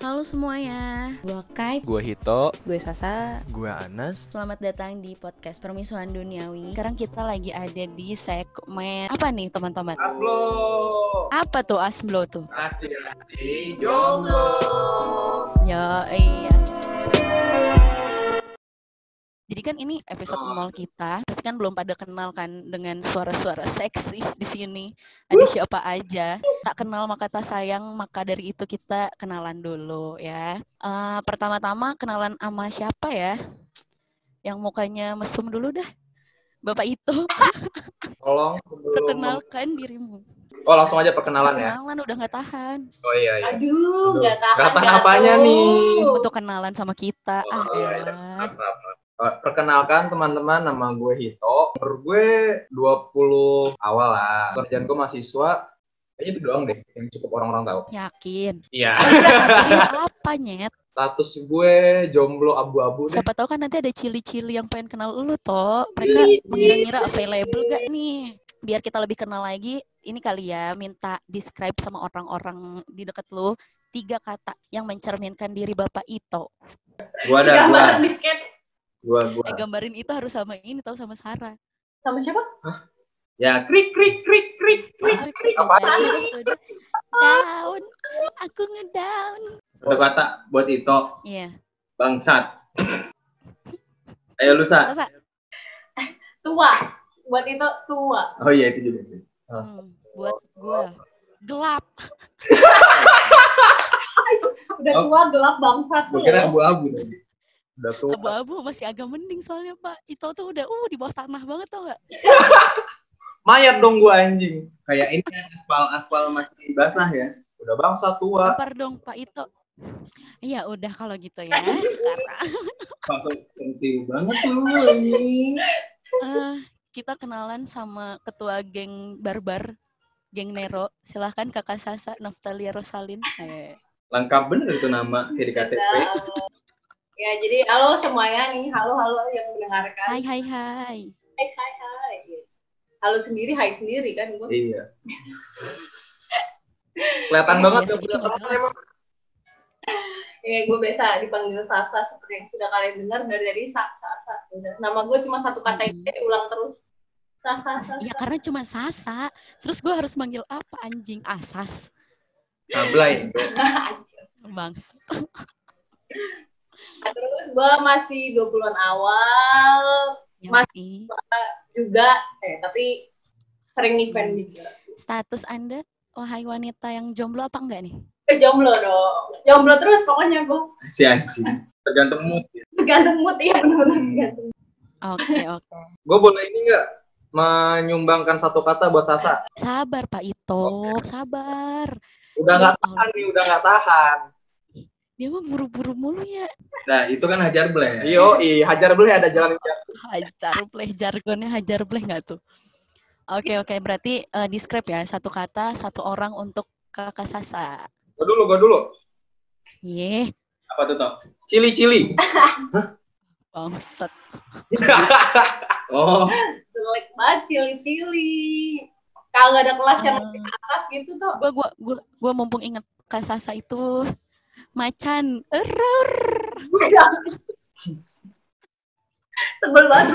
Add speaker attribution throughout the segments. Speaker 1: Halo semuanya, gue Kai.
Speaker 2: Gue Hito
Speaker 3: Gue Sasa.
Speaker 4: Gue Anas
Speaker 1: Selamat datang di podcast Permisuan Duniawi. Sekarang kita lagi ada di segmen apa nih teman-teman?
Speaker 5: Asblo,
Speaker 1: Apa tuh asblo tuh?
Speaker 5: aspirasi jomblo.
Speaker 1: Ya iya. Jadi kan ini episode
Speaker 5: Oh.
Speaker 1: nol kita, pasti kan belum pada kenal kan dengan suara-suara seksi di sini. Ada siapa aja? Tak kenal maka tak sayang, maka dari itu kita kenalan dulu ya. Eh, Pertama-tama kenalan sama siapa ya? Yang mukanya mesum dulu dah. Bapak itu
Speaker 5: Tolong sebelum
Speaker 1: perkenalkan dirimu.
Speaker 5: Oh, langsung aja perkenalan Gitu, ya.
Speaker 1: Kenalan udah nggak tahan.
Speaker 5: Oh iya iya.
Speaker 6: Aduh, nggak tahan.
Speaker 5: Nggak tahan
Speaker 6: jatuh.
Speaker 5: apanya nih?
Speaker 1: Untuk kenalan sama kita, ah
Speaker 5: Oh, iya, iya.
Speaker 1: elah.
Speaker 5: Maaf, maaf, maaf. Eh, Perkenalkan teman-teman, nama gue Hito. Umur gue 20 awal lah. Kerjaan gue mahasiswa. Kayaknya itu doang deh yang cukup orang-orang tahu.
Speaker 1: Yakin.
Speaker 5: Iya.
Speaker 1: Statusnya apa nyet?
Speaker 5: Status gue jomblo abu-abu deh.
Speaker 1: Siapa tahu kan nanti ada cili-cili yang pengen kenal lu toh. Mereka mengira-ngira available gak nih? Biar kita lebih kenal lagi, ini kali ya minta describe sama orang-orang di dekat lu tiga kata yang mencerminkan diri Bapak Ito.
Speaker 5: Gue ada gue.
Speaker 6: Gambar disket
Speaker 5: Gue gue.
Speaker 1: Eh, gambarin itu harus sama ini tau sama Sarah.
Speaker 6: sama siapa?
Speaker 5: Ya krik krik krik krik krik krik. Apa sih?
Speaker 1: Down. Aku ngedown.
Speaker 5: Satu kata buat Hito.
Speaker 1: Iya.
Speaker 5: Bangsat. Ayo lu, Sa.
Speaker 1: Sasa.
Speaker 6: Tua. Buat itu tua.
Speaker 5: Oh iya itu juga sih.
Speaker 1: Hmm, buat gue gelap.
Speaker 6: Udah
Speaker 5: Oh.
Speaker 6: tua gelap bangsat tuh.
Speaker 5: Gue kira abu-abu tadi. Udah tua.
Speaker 1: Abu-abu masih agak mending soalnya Pak. Ito tuh udah uh di bawah tanah banget tau gak?
Speaker 5: Mayat dong gue anjing. Kayak ini kan aspal-aspal masih basah ya. Udah bangsa tua.
Speaker 1: Lempar dong Pak Ito. Iya udah kalau gitu ya sekarang
Speaker 5: Bangsa penting banget lu anjing.
Speaker 1: eh, kita kenalan sama ketua geng barbar, geng Nero. Silahkan kakak Sasa Naftalia Rosalin. Eh,
Speaker 5: Lengkap bener itu nama di KTP.
Speaker 6: Tahu. Ya, jadi halo semuanya nih. Halo-halo yang
Speaker 1: Hai
Speaker 6: mendengarkan.
Speaker 1: hai hai.
Speaker 6: Hai, hai, hai. Halo sendiri, hai sendiri kan gue.
Speaker 5: Iya. Kelihatan Kan banget
Speaker 1: Biasa
Speaker 5: gak
Speaker 1: gitu
Speaker 5: punya
Speaker 1: nggak
Speaker 5: teman
Speaker 1: jelas.
Speaker 5: emang.
Speaker 6: Ya, gue biasa dipanggil Sasa seperti yang sudah kalian dengar dari dari Sa, Sa, Sa. Udah. Nama gue cuma satu kata itu,
Speaker 1: Mm-mm.
Speaker 6: diulang terus. Sasa, Sasa.
Speaker 1: Ya karena cuma Sasa. Terus gue harus manggil apa anjing? Ah, Asas.
Speaker 5: Ablay.
Speaker 1: Bangs.
Speaker 6: Nah, Terus gue masih 20-an awal,
Speaker 1: Yoi.
Speaker 6: juga eh tapi sering event juga
Speaker 1: Status Anda wahai wanita yang jomblo apa enggak nih?
Speaker 6: eh, jomblo dong jomblo terus pokoknya gue
Speaker 5: Si anjing. Tergantung mood.
Speaker 6: tergantung mood ya benar-benar tergantung
Speaker 1: Oke oke.
Speaker 5: Gue boleh ini gak? Menyumbangkan satu kata buat Sasa.
Speaker 1: Sabar Pak Ito, sabar.
Speaker 5: Udah gak tahan nih, udah gak tahan.
Speaker 1: Dia mah buru-buru mulu ya.
Speaker 4: Nah itu kan Hajar Bleh
Speaker 5: Yo, hajar boleh ada jalan
Speaker 1: Hajar pleh jargonnya hajar pleh nggak tuh? Oke oke berarti eh, describe ya satu kata satu orang untuk kakak Sasa.
Speaker 5: Gue dulu, gue dulu.
Speaker 1: Yeh,
Speaker 5: Apa tuh, Tok? Cili-cili.
Speaker 1: bangset.
Speaker 5: oh,
Speaker 6: jelek banget cili-cili kalau nggak ada kelas yang
Speaker 5: Hmm.
Speaker 1: Eh,
Speaker 6: atas gitu tuh
Speaker 1: gua gua gua gua mumpung inget Kak Sasa itu macan. Error.
Speaker 6: sebel banget sebel banget.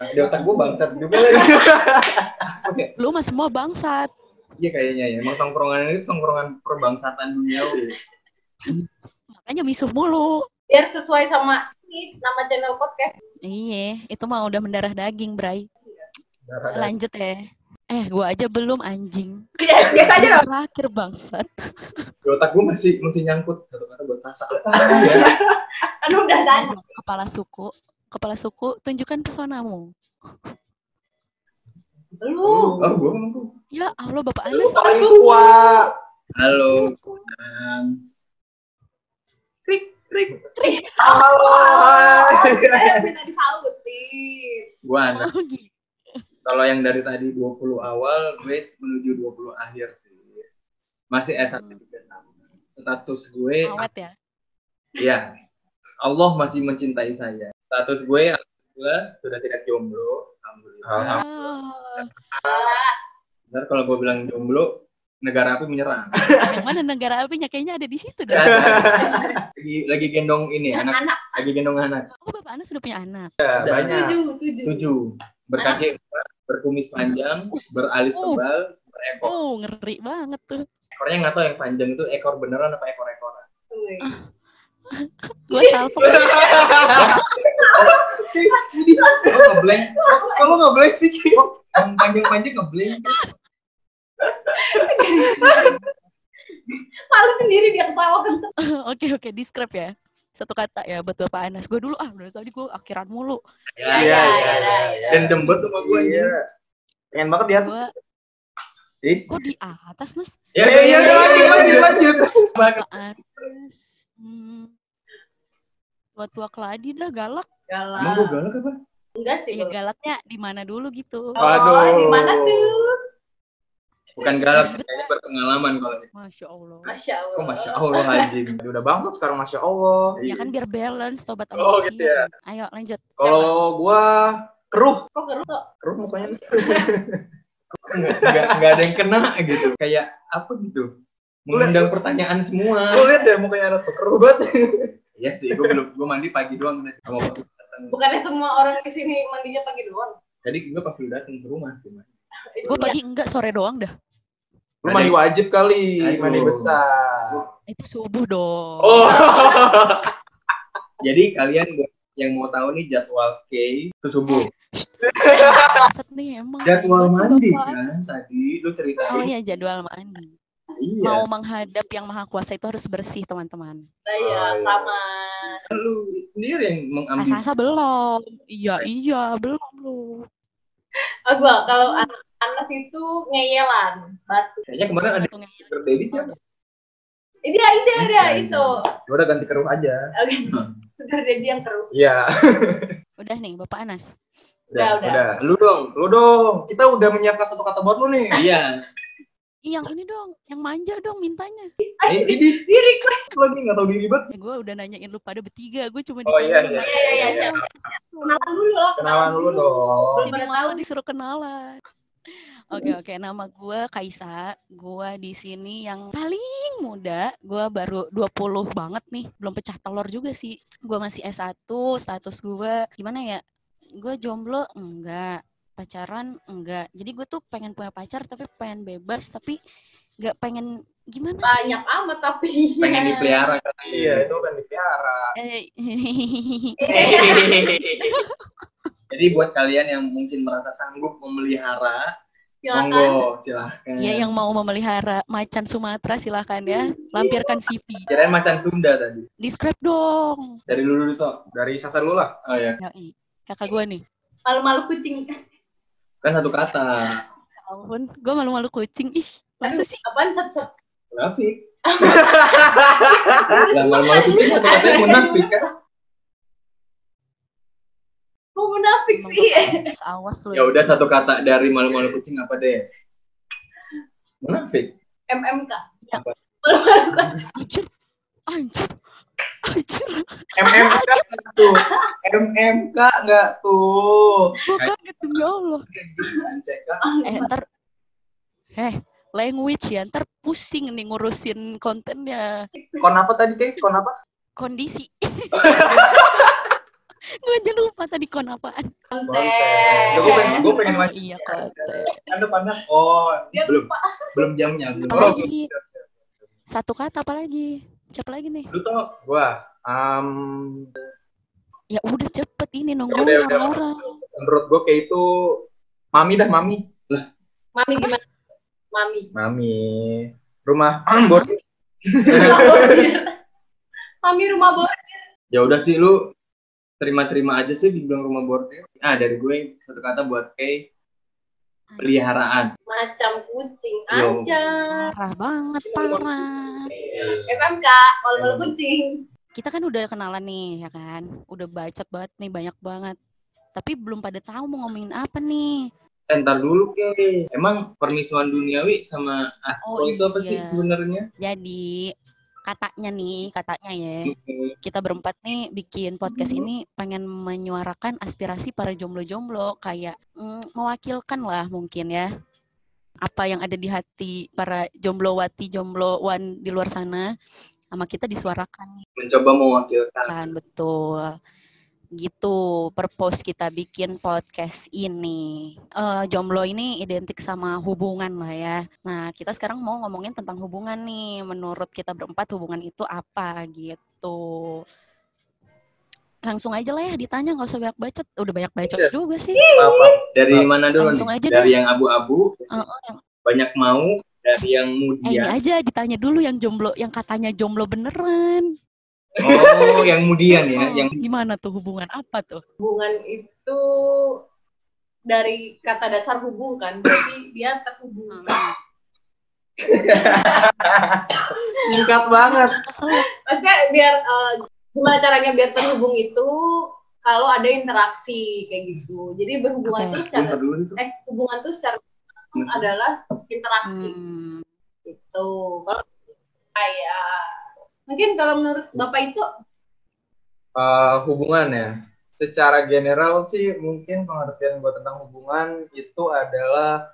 Speaker 5: Nah, di otak gue bangsat juga lagi.
Speaker 1: Lu mah semua bangsat.
Speaker 5: Iya kayaknya ya. Emang tongkrongan ini tongkrongan perbangsatan dunia.
Speaker 1: Makanya misuh mulu.
Speaker 6: biar sesuai sama ini nama channel podcast
Speaker 1: Iya, itu mah udah mendarah daging, Bray.
Speaker 5: Darah
Speaker 1: Lanjut ya. Eh, gua aja belum anjing.
Speaker 6: ya, biasa aja dong
Speaker 1: Terakhir bangsat.
Speaker 5: Di otak gue masih masih nyangkut satu kata buat Sasa.
Speaker 6: kan udah tanya
Speaker 1: Kepala suku, kepala suku, tunjukkan pesonamu.
Speaker 6: lu
Speaker 5: Oh, gue ngomong tuh.
Speaker 1: Ya Allah Bapak
Speaker 5: Lu
Speaker 1: Anas
Speaker 5: paling tua. Halo.
Speaker 6: krik krik
Speaker 5: Halo.
Speaker 6: eh minta disautin
Speaker 5: Gue anak.
Speaker 1: Oh, gitu.
Speaker 5: Kalau yang dari tadi 20 awal, gue menuju 20 akhir sih. Masih S1 juga sama. Status gue
Speaker 6: Oh.
Speaker 1: Awet ya
Speaker 5: Iya. Allah masih mencintai saya. Status gue alhamdulillah sudah tidak jomblo, alhamdulillah.
Speaker 1: Oh,
Speaker 5: Ntar kalau gue bilang jomblo, negara api menyerang.
Speaker 1: Yang mana negara apinya kayaknya ada di situ deh.
Speaker 5: lagi, lagi gendong ini, anak,
Speaker 6: anak
Speaker 5: lagi gendong anak.
Speaker 1: Oh, Bapak Anda sudah punya anak.
Speaker 5: Ya, banyak.
Speaker 6: tujuh tujuh
Speaker 5: Tujuh. Berkaki lebar, berkumis panjang, beralis
Speaker 1: Uh.
Speaker 5: tebal, berekor.
Speaker 1: Oh, ngeri banget tuh.
Speaker 5: Ekornya nggak tahu yang panjang itu ekor beneran apa ekor ekoran.
Speaker 6: Wih.
Speaker 1: Gue salvo.
Speaker 5: Kok ngeblank? Kok lo ngeblank sih? Ki? Yang panjang-panjang ngeblank.
Speaker 6: malu sendiri dia ketawa kan kenceng
Speaker 1: Oke, oke, describe ya. Satu kata ya buat Bapak Anas. Gue dulu ah, dari tadi gue akhiran mulu.
Speaker 5: Ya,
Speaker 6: Iya, iya,
Speaker 5: ya, ya,
Speaker 6: iya, iya.
Speaker 5: ya. Dan dembet sama gue
Speaker 2: Iya.
Speaker 5: anjing.
Speaker 2: Pengen banget di atas.
Speaker 1: Gue
Speaker 5: Is.
Speaker 2: Eh,
Speaker 1: kok di atas, Nas?
Speaker 2: iya,
Speaker 5: Ya, ya, ya, ya, lanjut, lanjut, lanjut.
Speaker 1: Bapak Anas. Hmm. Tua-tua keladi dah galak.
Speaker 5: Emang
Speaker 6: galak
Speaker 5: gue galak apa?
Speaker 6: enggak sih
Speaker 1: Ya
Speaker 5: Iya, gitu.
Speaker 6: Bang.
Speaker 1: galaknya di mana dulu gitu.
Speaker 6: di
Speaker 5: Waduh.
Speaker 6: mana tuh
Speaker 5: Bukan galak
Speaker 6: Iya.
Speaker 5: sih, kayaknya berpengalaman kalau gitu. ini.
Speaker 1: Masya Allah.
Speaker 6: masya allah
Speaker 2: Oh,
Speaker 5: Kok Masya Allah anjing.
Speaker 2: Udah bangkrut sekarang Masya Allah.
Speaker 6: Iya
Speaker 1: Ya kan biar balance tobat sama
Speaker 5: Oh,
Speaker 1: manusia.
Speaker 5: gitu ya.
Speaker 1: Ayo
Speaker 6: Iya
Speaker 1: lanjut.
Speaker 6: kan?
Speaker 5: Kalau gue keruh.
Speaker 6: kok keruh kok
Speaker 5: Keruh mukanya. Nggak, nggak ada yang kena gitu. Kayak apa gitu. Mengundang pertanyaan semua.
Speaker 2: Lu lihat deh mukanya Anas tuh keruh banget.
Speaker 5: Iya sih, gue belum gue mandi pagi doang tadi. sama waktu datang.
Speaker 6: bukannya semua orang di sini mandinya pagi doang
Speaker 5: Jadi gue pas udah datang ke rumah sih. Man.
Speaker 1: Gue pagi enggak sore doang dah.
Speaker 2: Lu mandi wajib kali,
Speaker 5: Aduh.
Speaker 2: mandi besar.
Speaker 1: Itu subuh dong.
Speaker 5: Oh. Jadi kalian buat yang mau tahu nih jadwal K itu subuh.
Speaker 1: Maksud nih
Speaker 2: Ah,
Speaker 1: emang.
Speaker 5: Jadwal
Speaker 1: Bapak-
Speaker 5: mandi
Speaker 1: Bapak-
Speaker 5: kan tadi lu
Speaker 1: Oh
Speaker 5: ceritain.
Speaker 1: iya jadwal mandi.
Speaker 5: Iya.
Speaker 1: Mau
Speaker 2: Oh.
Speaker 1: menghadap yang maha kuasa itu harus bersih teman-teman.
Speaker 6: saya
Speaker 5: Oh, iya.
Speaker 6: kamar
Speaker 5: Kan lu sendiri yang mengambil.
Speaker 1: Asa-asa belum. Iya iya belum lu.
Speaker 6: ah gua kalau
Speaker 1: Hmm.
Speaker 6: anak anak itu ngeyelan batu
Speaker 5: Kayaknya kemarin ada
Speaker 1: Ngitungnya.
Speaker 5: Dr. Dewi
Speaker 2: Oh,
Speaker 5: siapa?
Speaker 2: iya.
Speaker 6: ini dia ini dia, dia
Speaker 5: Hmm.
Speaker 6: itu
Speaker 5: Gue udah ganti keruh aja.
Speaker 6: oke
Speaker 5: Hmm.
Speaker 6: sudah jadi yang keruh
Speaker 2: Iya,
Speaker 1: Udah nih Bapak Anas.
Speaker 6: Udah, udah.
Speaker 5: Lu dong.
Speaker 2: lu dong. Kita udah menyiapkan satu kata buat lu nih.
Speaker 5: Iya.
Speaker 1: Ih, yang ini dong, yang manja dong mintanya.
Speaker 5: Eh, ini
Speaker 6: di request
Speaker 2: Lu lagi nggak tahu diri banget.
Speaker 1: Ya, gue udah nanyain lu pada bertiga, gue cuma
Speaker 5: Oh, iya,
Speaker 1: doang.
Speaker 5: iya,
Speaker 6: iya, iya, kenalan dulu lah
Speaker 2: Kenalan dulu dong.
Speaker 6: Belum
Speaker 1: Jadi
Speaker 6: pada
Speaker 1: malah
Speaker 6: tahu.
Speaker 1: disuruh kenalan. Oke oke, nama gue Kaisa. Gue di sini yang paling muda. Gue baru 20 banget nih, belum pecah telur juga sih. Gue masih S1, status gue gimana ya? Gue jomblo enggak, pacaran enggak. Jadi gue tuh pengen punya pacar tapi pengen bebas tapi enggak pengen gimana sih?
Speaker 6: banyak amat tapi iya.
Speaker 5: pengen dipelihara kan.
Speaker 2: Iya, itu kan dipiara.
Speaker 1: Eh,
Speaker 5: Jadi buat kalian yang mungkin merasa sanggup memelihara,
Speaker 6: silakan
Speaker 5: monggo silahkan.
Speaker 6: Iya,
Speaker 1: ya yang mau memelihara macan Sumatera silahkan ya, lampirkan CV.
Speaker 5: Kirain macan Sunda tadi.
Speaker 1: Describe dong.
Speaker 5: Dari dulu dulu sok.
Speaker 2: Dari sasar lu lah.
Speaker 5: Oh ya,
Speaker 1: Yoi. Kakak gue nih.
Speaker 6: malu-malu kucing
Speaker 5: kan satu kata.
Speaker 1: Ya ampun, gue malu-malu kucing. Ih, masa sih?
Speaker 6: apaan satu satu
Speaker 5: Munafik. Lah malu-malu kucing satu katanya munafik kan.
Speaker 6: kok munafik
Speaker 1: Emang
Speaker 6: sih
Speaker 1: Bapak Anas, Awas lu.
Speaker 5: Ya udah satu kata dari malu-malu kucing apa deh? Munafik.
Speaker 6: MMK
Speaker 5: Apa?
Speaker 6: malu-malu kucing
Speaker 1: Anjir. Anjir. Anjir.
Speaker 5: MMK nggak tuh. MMK nggak tuh.
Speaker 1: Gue kaget demi Allah.
Speaker 5: MCK.
Speaker 1: Eh, ntar. Eh, language ya. Ntar pusing nih ngurusin kontennya.
Speaker 2: Kon apa tadi, Kay? Kon apa?
Speaker 1: Kondisi. gue aja lupa tadi kon apaan.
Speaker 6: konten
Speaker 5: Gue pengen, gue pengen
Speaker 1: Oh,
Speaker 5: lanjut.
Speaker 1: iya, konten.
Speaker 5: Ada panas. Oh,
Speaker 6: dia
Speaker 5: belum,
Speaker 6: lupa
Speaker 5: belum jamnya. Belum.
Speaker 1: Apa lagi? Satu kata apa lagi? Siapa lagi nih?
Speaker 5: Lu tau
Speaker 2: Gua. Um,
Speaker 1: Ya udah cepet ini
Speaker 5: Ya
Speaker 1: nunggu
Speaker 2: udah, udah.
Speaker 1: orang-orang.
Speaker 2: menurut gue kayak itu mami dah mami
Speaker 6: mami gimana mami
Speaker 2: mami rumah bordir
Speaker 6: Rumah bordir. mami rumah bordir
Speaker 5: ya udah sih lu terima-terima aja sih dibilang rumah bordir. Ah dari gue satu kata buat Kay peliharaan.
Speaker 6: macam kucing
Speaker 5: Yo.
Speaker 6: aja
Speaker 1: Parah banget, parah.
Speaker 5: Iya.
Speaker 6: MMK Eh, malu-malu kucing
Speaker 1: kita kan udah kenalan nih ya kan udah bacot banget nih banyak banget tapi belum pada tahu mau ngomongin apa nih
Speaker 5: Eh, Ntar dulu Kay. Emang permisuan duniawi sama astro
Speaker 1: Oh,
Speaker 5: itu apa sih
Speaker 1: iya.
Speaker 5: sebenarnya?
Speaker 1: jadi katanya nih katanya ya kita berempat nih bikin podcast ini pengen menyuarakan aspirasi para jomblo-jomblo kayak mm, mewakilkan lah mungkin ya apa yang ada di hati para jomblowati jomblowan di luar sana sama kita disuarakan
Speaker 5: Mencoba mewakilkan.
Speaker 1: kan betul gitu purpose kita bikin podcast ini Eh, jomblo ini identik sama hubungan lah ya nah kita sekarang mau ngomongin tentang hubungan nih menurut kita berempat hubungan itu apa gitu langsung aja lah ya ditanya nggak usah banyak bacot udah banyak bacot
Speaker 5: Iya.
Speaker 1: juga sih
Speaker 5: Apa? Dari mana dulu
Speaker 1: Langsung
Speaker 5: nih?
Speaker 1: aja
Speaker 5: Dari yang abu-abu,
Speaker 1: Eh, eh, yang-
Speaker 5: banyak mau, dari yang
Speaker 1: eh, ini
Speaker 5: mudian.
Speaker 1: aja ditanya dulu yang jomblo yang katanya jomblo beneran
Speaker 5: Oh, yang mudian ya,
Speaker 1: Oh,
Speaker 5: yang
Speaker 1: gimana tuh hubungan apa tuh
Speaker 6: hubungan itu dari kata dasar hubung kan berarti dia
Speaker 1: Hmm.
Speaker 6: terhubung
Speaker 5: singkat banget.
Speaker 1: kesel
Speaker 6: maksudnya biar eh, gimana caranya biar terhubung itu kalau ada interaksi kayak gitu jadi berhubungan itu
Speaker 1: Oke.
Speaker 6: secara
Speaker 5: Bentar dulu itu.
Speaker 6: eh hubungan tuh secara langsung
Speaker 5: Hmm.
Speaker 6: adalah interaksi
Speaker 1: Hmm.
Speaker 6: gitu kalau kayak mungkin kalau menurut bapak itu
Speaker 2: Eh, hubungan ya. Secara general sih mungkin pengertian gue tentang hubungan itu adalah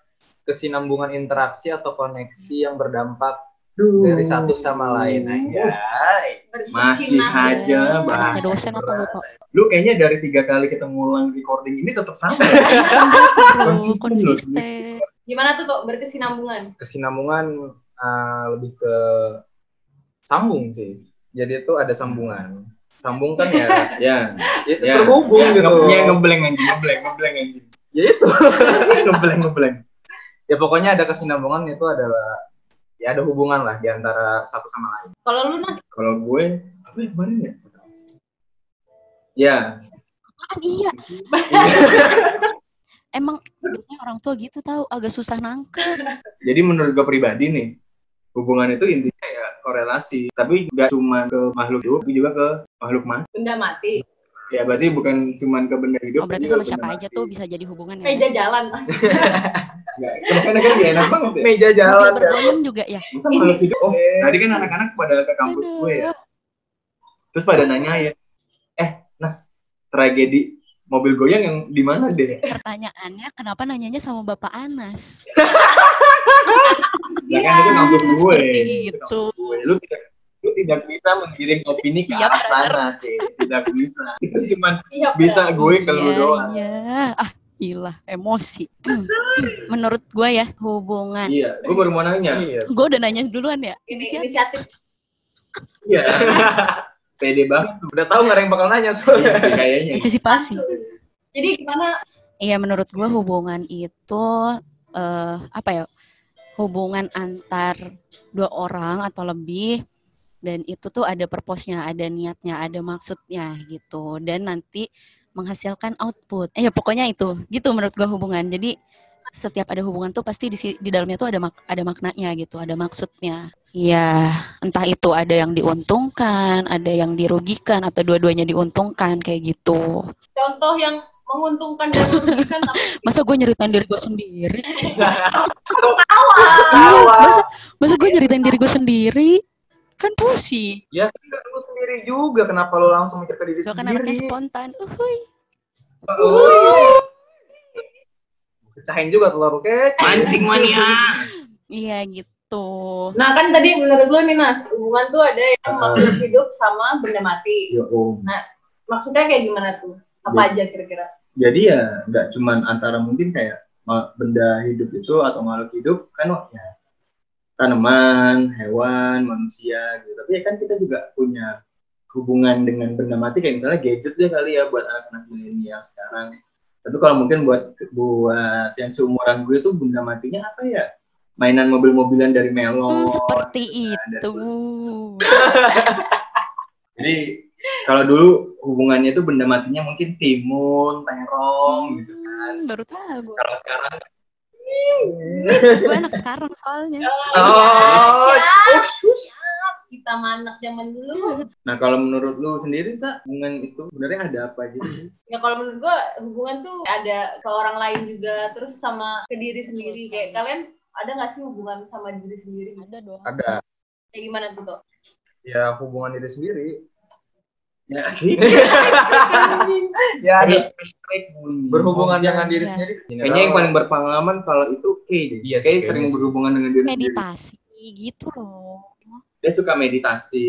Speaker 2: kesinambungan interaksi atau koneksi yang berdampak dari satu sama lain aja.
Speaker 5: Masih
Speaker 6: berkesinambungan.
Speaker 1: Anaknya
Speaker 5: aja bahas.
Speaker 1: dosen atau lu tau?
Speaker 5: Lu kayaknya dari tiga kali kita ngulang recording ini tetap sama. ya?
Speaker 1: Konsisten banget, bro.
Speaker 5: Konsisten
Speaker 1: konsisten.
Speaker 6: gimana tuh kok berkesinambungan
Speaker 2: Kesinambungan eh, lebih ke sambung sih. Jadi itu ada sambungan. Sambung kan ya,
Speaker 5: ya,
Speaker 2: ya
Speaker 5: ya.
Speaker 2: terhubung
Speaker 5: ya,
Speaker 2: gitu.
Speaker 5: nge- ya, ngebleng anjing, ngebleng, ngebleng anjing.
Speaker 2: Ya itu.
Speaker 5: ngebleng, ngebleng.
Speaker 2: Ya pokoknya ada kesinambungan itu adalah ya ada hubungan lah di antara satu sama lain.
Speaker 6: kalau lu nah
Speaker 5: Kalau gue apa yang kemarin ya? Ya,
Speaker 1: Apaan? iya.
Speaker 5: Iya.
Speaker 1: Emang biasanya orang tua gitu tahu agak susah nangkep.
Speaker 5: jadi menurut gue pribadi nih, hubungan itu intinya ya korelasi, tapi nggak cuma ke makhluk hidup, tapi juga ke makhluk mati.
Speaker 6: benda mati
Speaker 5: Ya berarti bukan cuma ke benda hidup.
Speaker 1: Oh, berarti
Speaker 5: tapi
Speaker 1: sama
Speaker 5: juga ke
Speaker 1: siapa
Speaker 5: benda
Speaker 1: aja
Speaker 5: mati.
Speaker 1: tuh bisa jadi hubungan ya.
Speaker 6: Iya. meja jalan
Speaker 5: Nggak, Karena kan dia enak banget ya.
Speaker 2: Meja
Speaker 1: Mobil
Speaker 2: jalan ya.
Speaker 1: bergoyang juga ya.
Speaker 5: Masa makhluk hidup? Oh, tadi kan anak-anak pada ke kampus gue ya. Terus pada nanya ya, eh Nas, tragedi mobil goyang yang di mana deh?
Speaker 1: Pertanyaannya kenapa nanyanya sama Bapak Anas?
Speaker 5: Nah, kan itu kampus gue.
Speaker 1: Iya, Seperti
Speaker 5: Itu
Speaker 1: itu.
Speaker 5: kampus gue. Lu tidak lu tidak bisa menggiring opini ke
Speaker 1: Siap,
Speaker 5: arah sana, Cik. Tidak bisa. Itu cuman
Speaker 6: Iya,
Speaker 5: bisa gue ke lu
Speaker 1: Iya,
Speaker 5: doang.
Speaker 1: iya. Ah, gila, emosi. Menurut gue ya, hubungan.
Speaker 5: Iya, gue baru mau nanya.
Speaker 2: Iya.
Speaker 1: Gue udah nanya duluan ya.
Speaker 6: ini
Speaker 1: Ini siapa?
Speaker 6: inisiatif
Speaker 5: Iya. Pede banget
Speaker 2: Udah tahu nggak ada yang bakal nanya soalnya.
Speaker 5: sih kayaknya.
Speaker 1: Antisipasi.
Speaker 6: jadi gimana
Speaker 1: Iya menurut gue hubungan itu eh apa ya hubungan antar dua orang atau lebih dan itu tuh ada purpose-nya, ada niatnya, ada maksudnya gitu dan nanti menghasilkan output. Eh ya pokoknya itu gitu menurut gue hubungan. Jadi setiap ada hubungan tuh pasti di, si- di dalamnya tuh ada mak- ada maknanya gitu, ada maksudnya. Iya, entah itu ada yang diuntungkan, ada yang dirugikan atau dua-duanya diuntungkan kayak gitu.
Speaker 6: contoh yang menguntungkan dan merugikan apa?
Speaker 1: Masa gue nyeritain diri gue sendiri? Iya,
Speaker 2: Awal.
Speaker 1: masa masa gue nyeritain diri gue sendiri kan pusing.
Speaker 2: Ya kan nggak lu sendiri juga kenapa lu langsung mikir ke diri
Speaker 1: Gue kan anaknya
Speaker 2: sendiri?
Speaker 1: spontan. Uhuy.
Speaker 2: Oh. Pecahin juga telur kek.
Speaker 5: Mancing mania.
Speaker 1: Iya gitu.
Speaker 6: nah kan tadi menurut lu nih Nas hubungan tuh ada yang
Speaker 5: Ah.
Speaker 6: makhluk hidup sama benda mati
Speaker 5: Ya om.
Speaker 6: maksudnya kayak gimana tuh
Speaker 5: Iya.
Speaker 6: apa aja kira-kira
Speaker 5: Jadi ya nggak cuman antara mungkin kayak ma- benda hidup itu atau makhluk hidup kan ya tanaman, hewan, manusia gitu. Tapi ya kan kita juga punya hubungan dengan benda mati kayak misalnya gadget deh kali ya buat anak-anak milenial sekarang. Tapi kalau mungkin buat buat yang seumuran gue tuh benda matinya apa ya? Mainan mobil-mobilan dari melon. gitu kan,
Speaker 1: Hmm, seperti
Speaker 5: ada
Speaker 1: itu.
Speaker 5: Jadi kalau dulu hubungannya itu benda matinya mungkin timun, terong gitu.
Speaker 1: Hmm, baru tahu gue.
Speaker 5: Kalau sekarang
Speaker 1: Gue anak sekarang soalnya.
Speaker 5: Ah,
Speaker 2: Oh,
Speaker 6: Iya. siap, siap. kita manak zaman dulu
Speaker 5: nah kalau menurut lu sendiri sa hubungan itu sebenarnya ada apa aja sih?
Speaker 6: ya kalau menurut gua hubungan tuh ada ke orang lain juga terus sama ke diri sendiri kayak kalian ada nggak sih hubungan sama diri sendiri
Speaker 1: Ada dong.
Speaker 2: ada
Speaker 6: kayak gimana tuh Tok?
Speaker 2: ya hubungan diri sendiri
Speaker 5: Ya, gitu.
Speaker 2: ya ada berhubungan
Speaker 5: berhubungan
Speaker 2: dengan diri
Speaker 1: Iya.
Speaker 2: sendiri.
Speaker 5: kayaknya yang paling berpengalaman kalau itu Kay deh.
Speaker 2: Iya sih,
Speaker 5: Kay
Speaker 2: kayaknya
Speaker 5: sering
Speaker 2: sih.
Speaker 5: berhubungan dengan diri sendiri.
Speaker 1: meditasi gitu loh.
Speaker 5: Dia suka meditasi.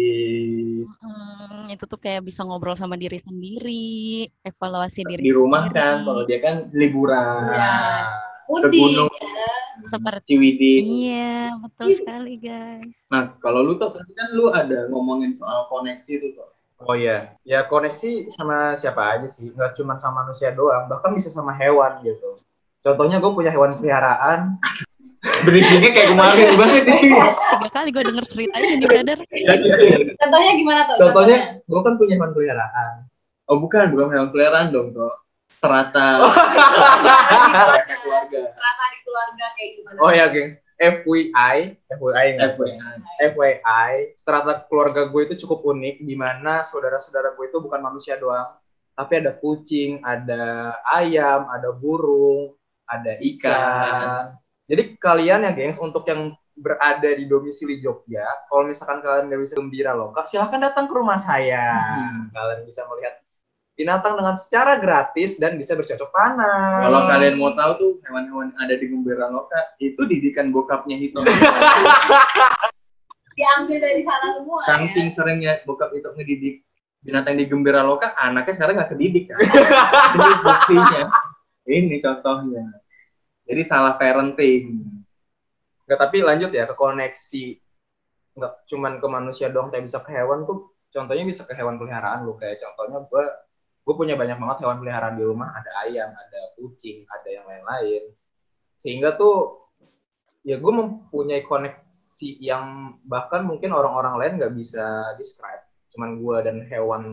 Speaker 1: Hmm, itu tuh kayak bisa ngobrol sama diri sendiri, evaluasi diri
Speaker 5: Di rumah
Speaker 1: sendiri.
Speaker 5: kan kalau dia kan liburan.
Speaker 6: Iya.
Speaker 5: Ke
Speaker 6: Mudi.
Speaker 5: gunung.
Speaker 1: Seperti-
Speaker 5: Ciwidey.
Speaker 1: Iya, betul sekali guys.
Speaker 5: Nah, kalau lu tuh pasti kan lu ada ngomongin soal koneksi itu tuh.
Speaker 2: Oh iya, ya koneksi sama siapa aja sih, nggak cuma sama manusia doang, bahkan bisa sama hewan gitu. Contohnya gue punya hewan peliharaan.
Speaker 5: Briefingnya kayak kemarin banget ini.
Speaker 1: Tiga kali gue denger ceritanya nih, brother.
Speaker 6: Contohnya gimana tuh?
Speaker 2: Contohnya, gue kan punya hewan peliharaan.
Speaker 5: Oh bukan, bukan hewan peliharaan dong tuh. Serata.
Speaker 6: Contohnya.
Speaker 5: Serata keluarga.
Speaker 6: Rata di keluarga kayak gimana?
Speaker 2: Oh ya, gengs. FYI, FYI
Speaker 5: Eh,
Speaker 2: nggak?
Speaker 5: FWA.
Speaker 2: FYI, strata keluarga gue itu cukup unik, di mana saudara-saudara gue itu bukan manusia doang, tapi ada kucing, ada ayam, ada burung, ada ikan. Jadi kalian ya, gengs, untuk yang berada di domisili Jogja, kalau misalkan kalian nggak bisa gembira loh, Kak, silahkan datang ke rumah saya.
Speaker 5: Hmm.
Speaker 2: Kalian bisa melihat binatang dengan secara gratis dan bisa bercocok tanam.
Speaker 5: Kalau kalian mau tahu tuh hewan-hewan yang ada di Gembira Loka itu didikan bokapnya Hito.
Speaker 6: Diambil dari sana semua ya.
Speaker 5: Saking seringnya bokap itu ngedidik binatang di Gembira Loka, anaknya sekarang nggak kedidik kan. Ini buktinya. Ini contohnya. Jadi salah parenting.
Speaker 2: Nggak, tapi lanjut ya ke koneksi. Nggak cuman ke manusia doang, tapi bisa ke hewan tuh. Contohnya bisa ke hewan peliharaan lu. Kayak contohnya gue gue punya banyak banget hewan peliharaan di rumah. Ada ayam, ada kucing, ada yang lain-lain. Sehingga tuh ya gue mempunyai koneksi yang bahkan mungkin orang-orang lain nggak bisa describe. Cuman gue dan hewan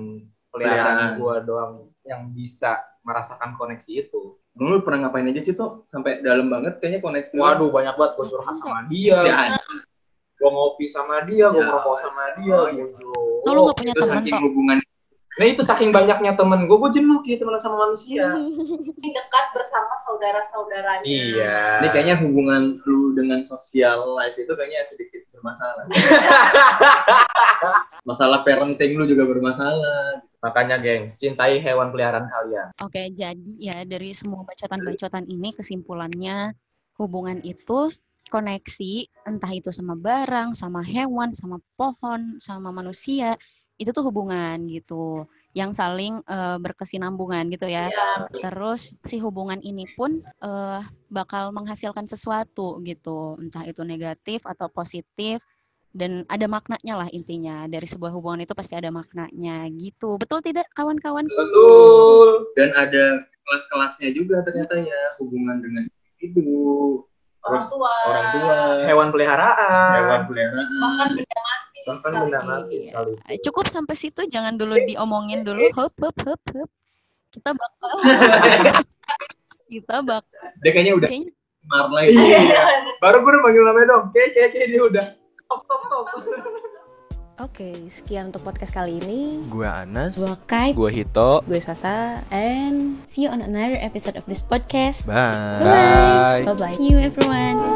Speaker 2: peliharaan
Speaker 5: Peliharaan.
Speaker 2: gue doang yang bisa merasakan koneksi itu.
Speaker 5: Lu pernah ngapain aja sih tuh sampai dalam banget kayaknya koneksi. lu.
Speaker 2: Waduh banyak banget gue curhat sama dia
Speaker 5: Si An.
Speaker 2: gue ngopi sama dia, gue
Speaker 5: Ya.
Speaker 2: ngerokok sama dia
Speaker 5: Oh,
Speaker 2: gitu.
Speaker 1: Tuh lu gak punya
Speaker 5: Itu
Speaker 1: Iya, temen
Speaker 5: saking
Speaker 1: toh.
Speaker 5: hubungan
Speaker 2: Nah itu saking banyaknya temen gue, gue jenuh gitu temenan sama manusia.
Speaker 6: Saking dekat bersama saudara-saudaranya.
Speaker 2: Iya.
Speaker 5: Ini kayaknya hubungan lu dengan social life itu kayaknya sedikit bermasalah. Masalah parenting lu juga bermasalah.
Speaker 2: Makanya geng, cintai hewan peliharaan kalian.
Speaker 1: Oke, jadi ya dari semua bacotan-bacotan ini kesimpulannya hubungan itu koneksi entah itu sama barang, sama hewan, sama pohon, sama manusia, itu tuh hubungan gitu yang saling eh, berkesinambungan gitu ya.
Speaker 2: Iya.
Speaker 6: Ya,
Speaker 1: Terus si hubungan ini pun eh, bakal menghasilkan sesuatu gitu, entah itu negatif atau positif dan ada maknanya lah intinya. Dari sebuah hubungan itu pasti ada maknanya gitu. Betul tidak kawan-kawan?
Speaker 5: Betul. Dan ada kelas-kelasnya juga ternyata ya hubungan dengan individu,
Speaker 6: orang
Speaker 5: terus
Speaker 6: tua.
Speaker 5: orang tua,
Speaker 2: Hewan peliharaan.
Speaker 5: hewan peliharaan.
Speaker 6: Bahkan benda mati.
Speaker 2: Bahkan
Speaker 6: sekali.
Speaker 2: benda mati kan sekali.
Speaker 1: Eh, Cukup sampai situ, jangan dulu diomongin dulu. Hop, hop, hop, hop. Kita bakal kita bakal
Speaker 5: Dia kayaknya udah
Speaker 1: kayaknya
Speaker 5: kemar lagi.
Speaker 2: Iya. Baru gue udah panggil namanya dong. Kayak kayak kayak dia udah. Stop stop stop.
Speaker 3: Oke, sekian untuk podcast kali ini.
Speaker 4: Gua Anas,
Speaker 7: Gua Kai,
Speaker 4: gua Hito.
Speaker 3: Gue Sasa, and
Speaker 7: see you on another episode of this podcast.
Speaker 4: Bye.
Speaker 7: Bye-bye.
Speaker 3: bye-bye.
Speaker 7: See you everyone.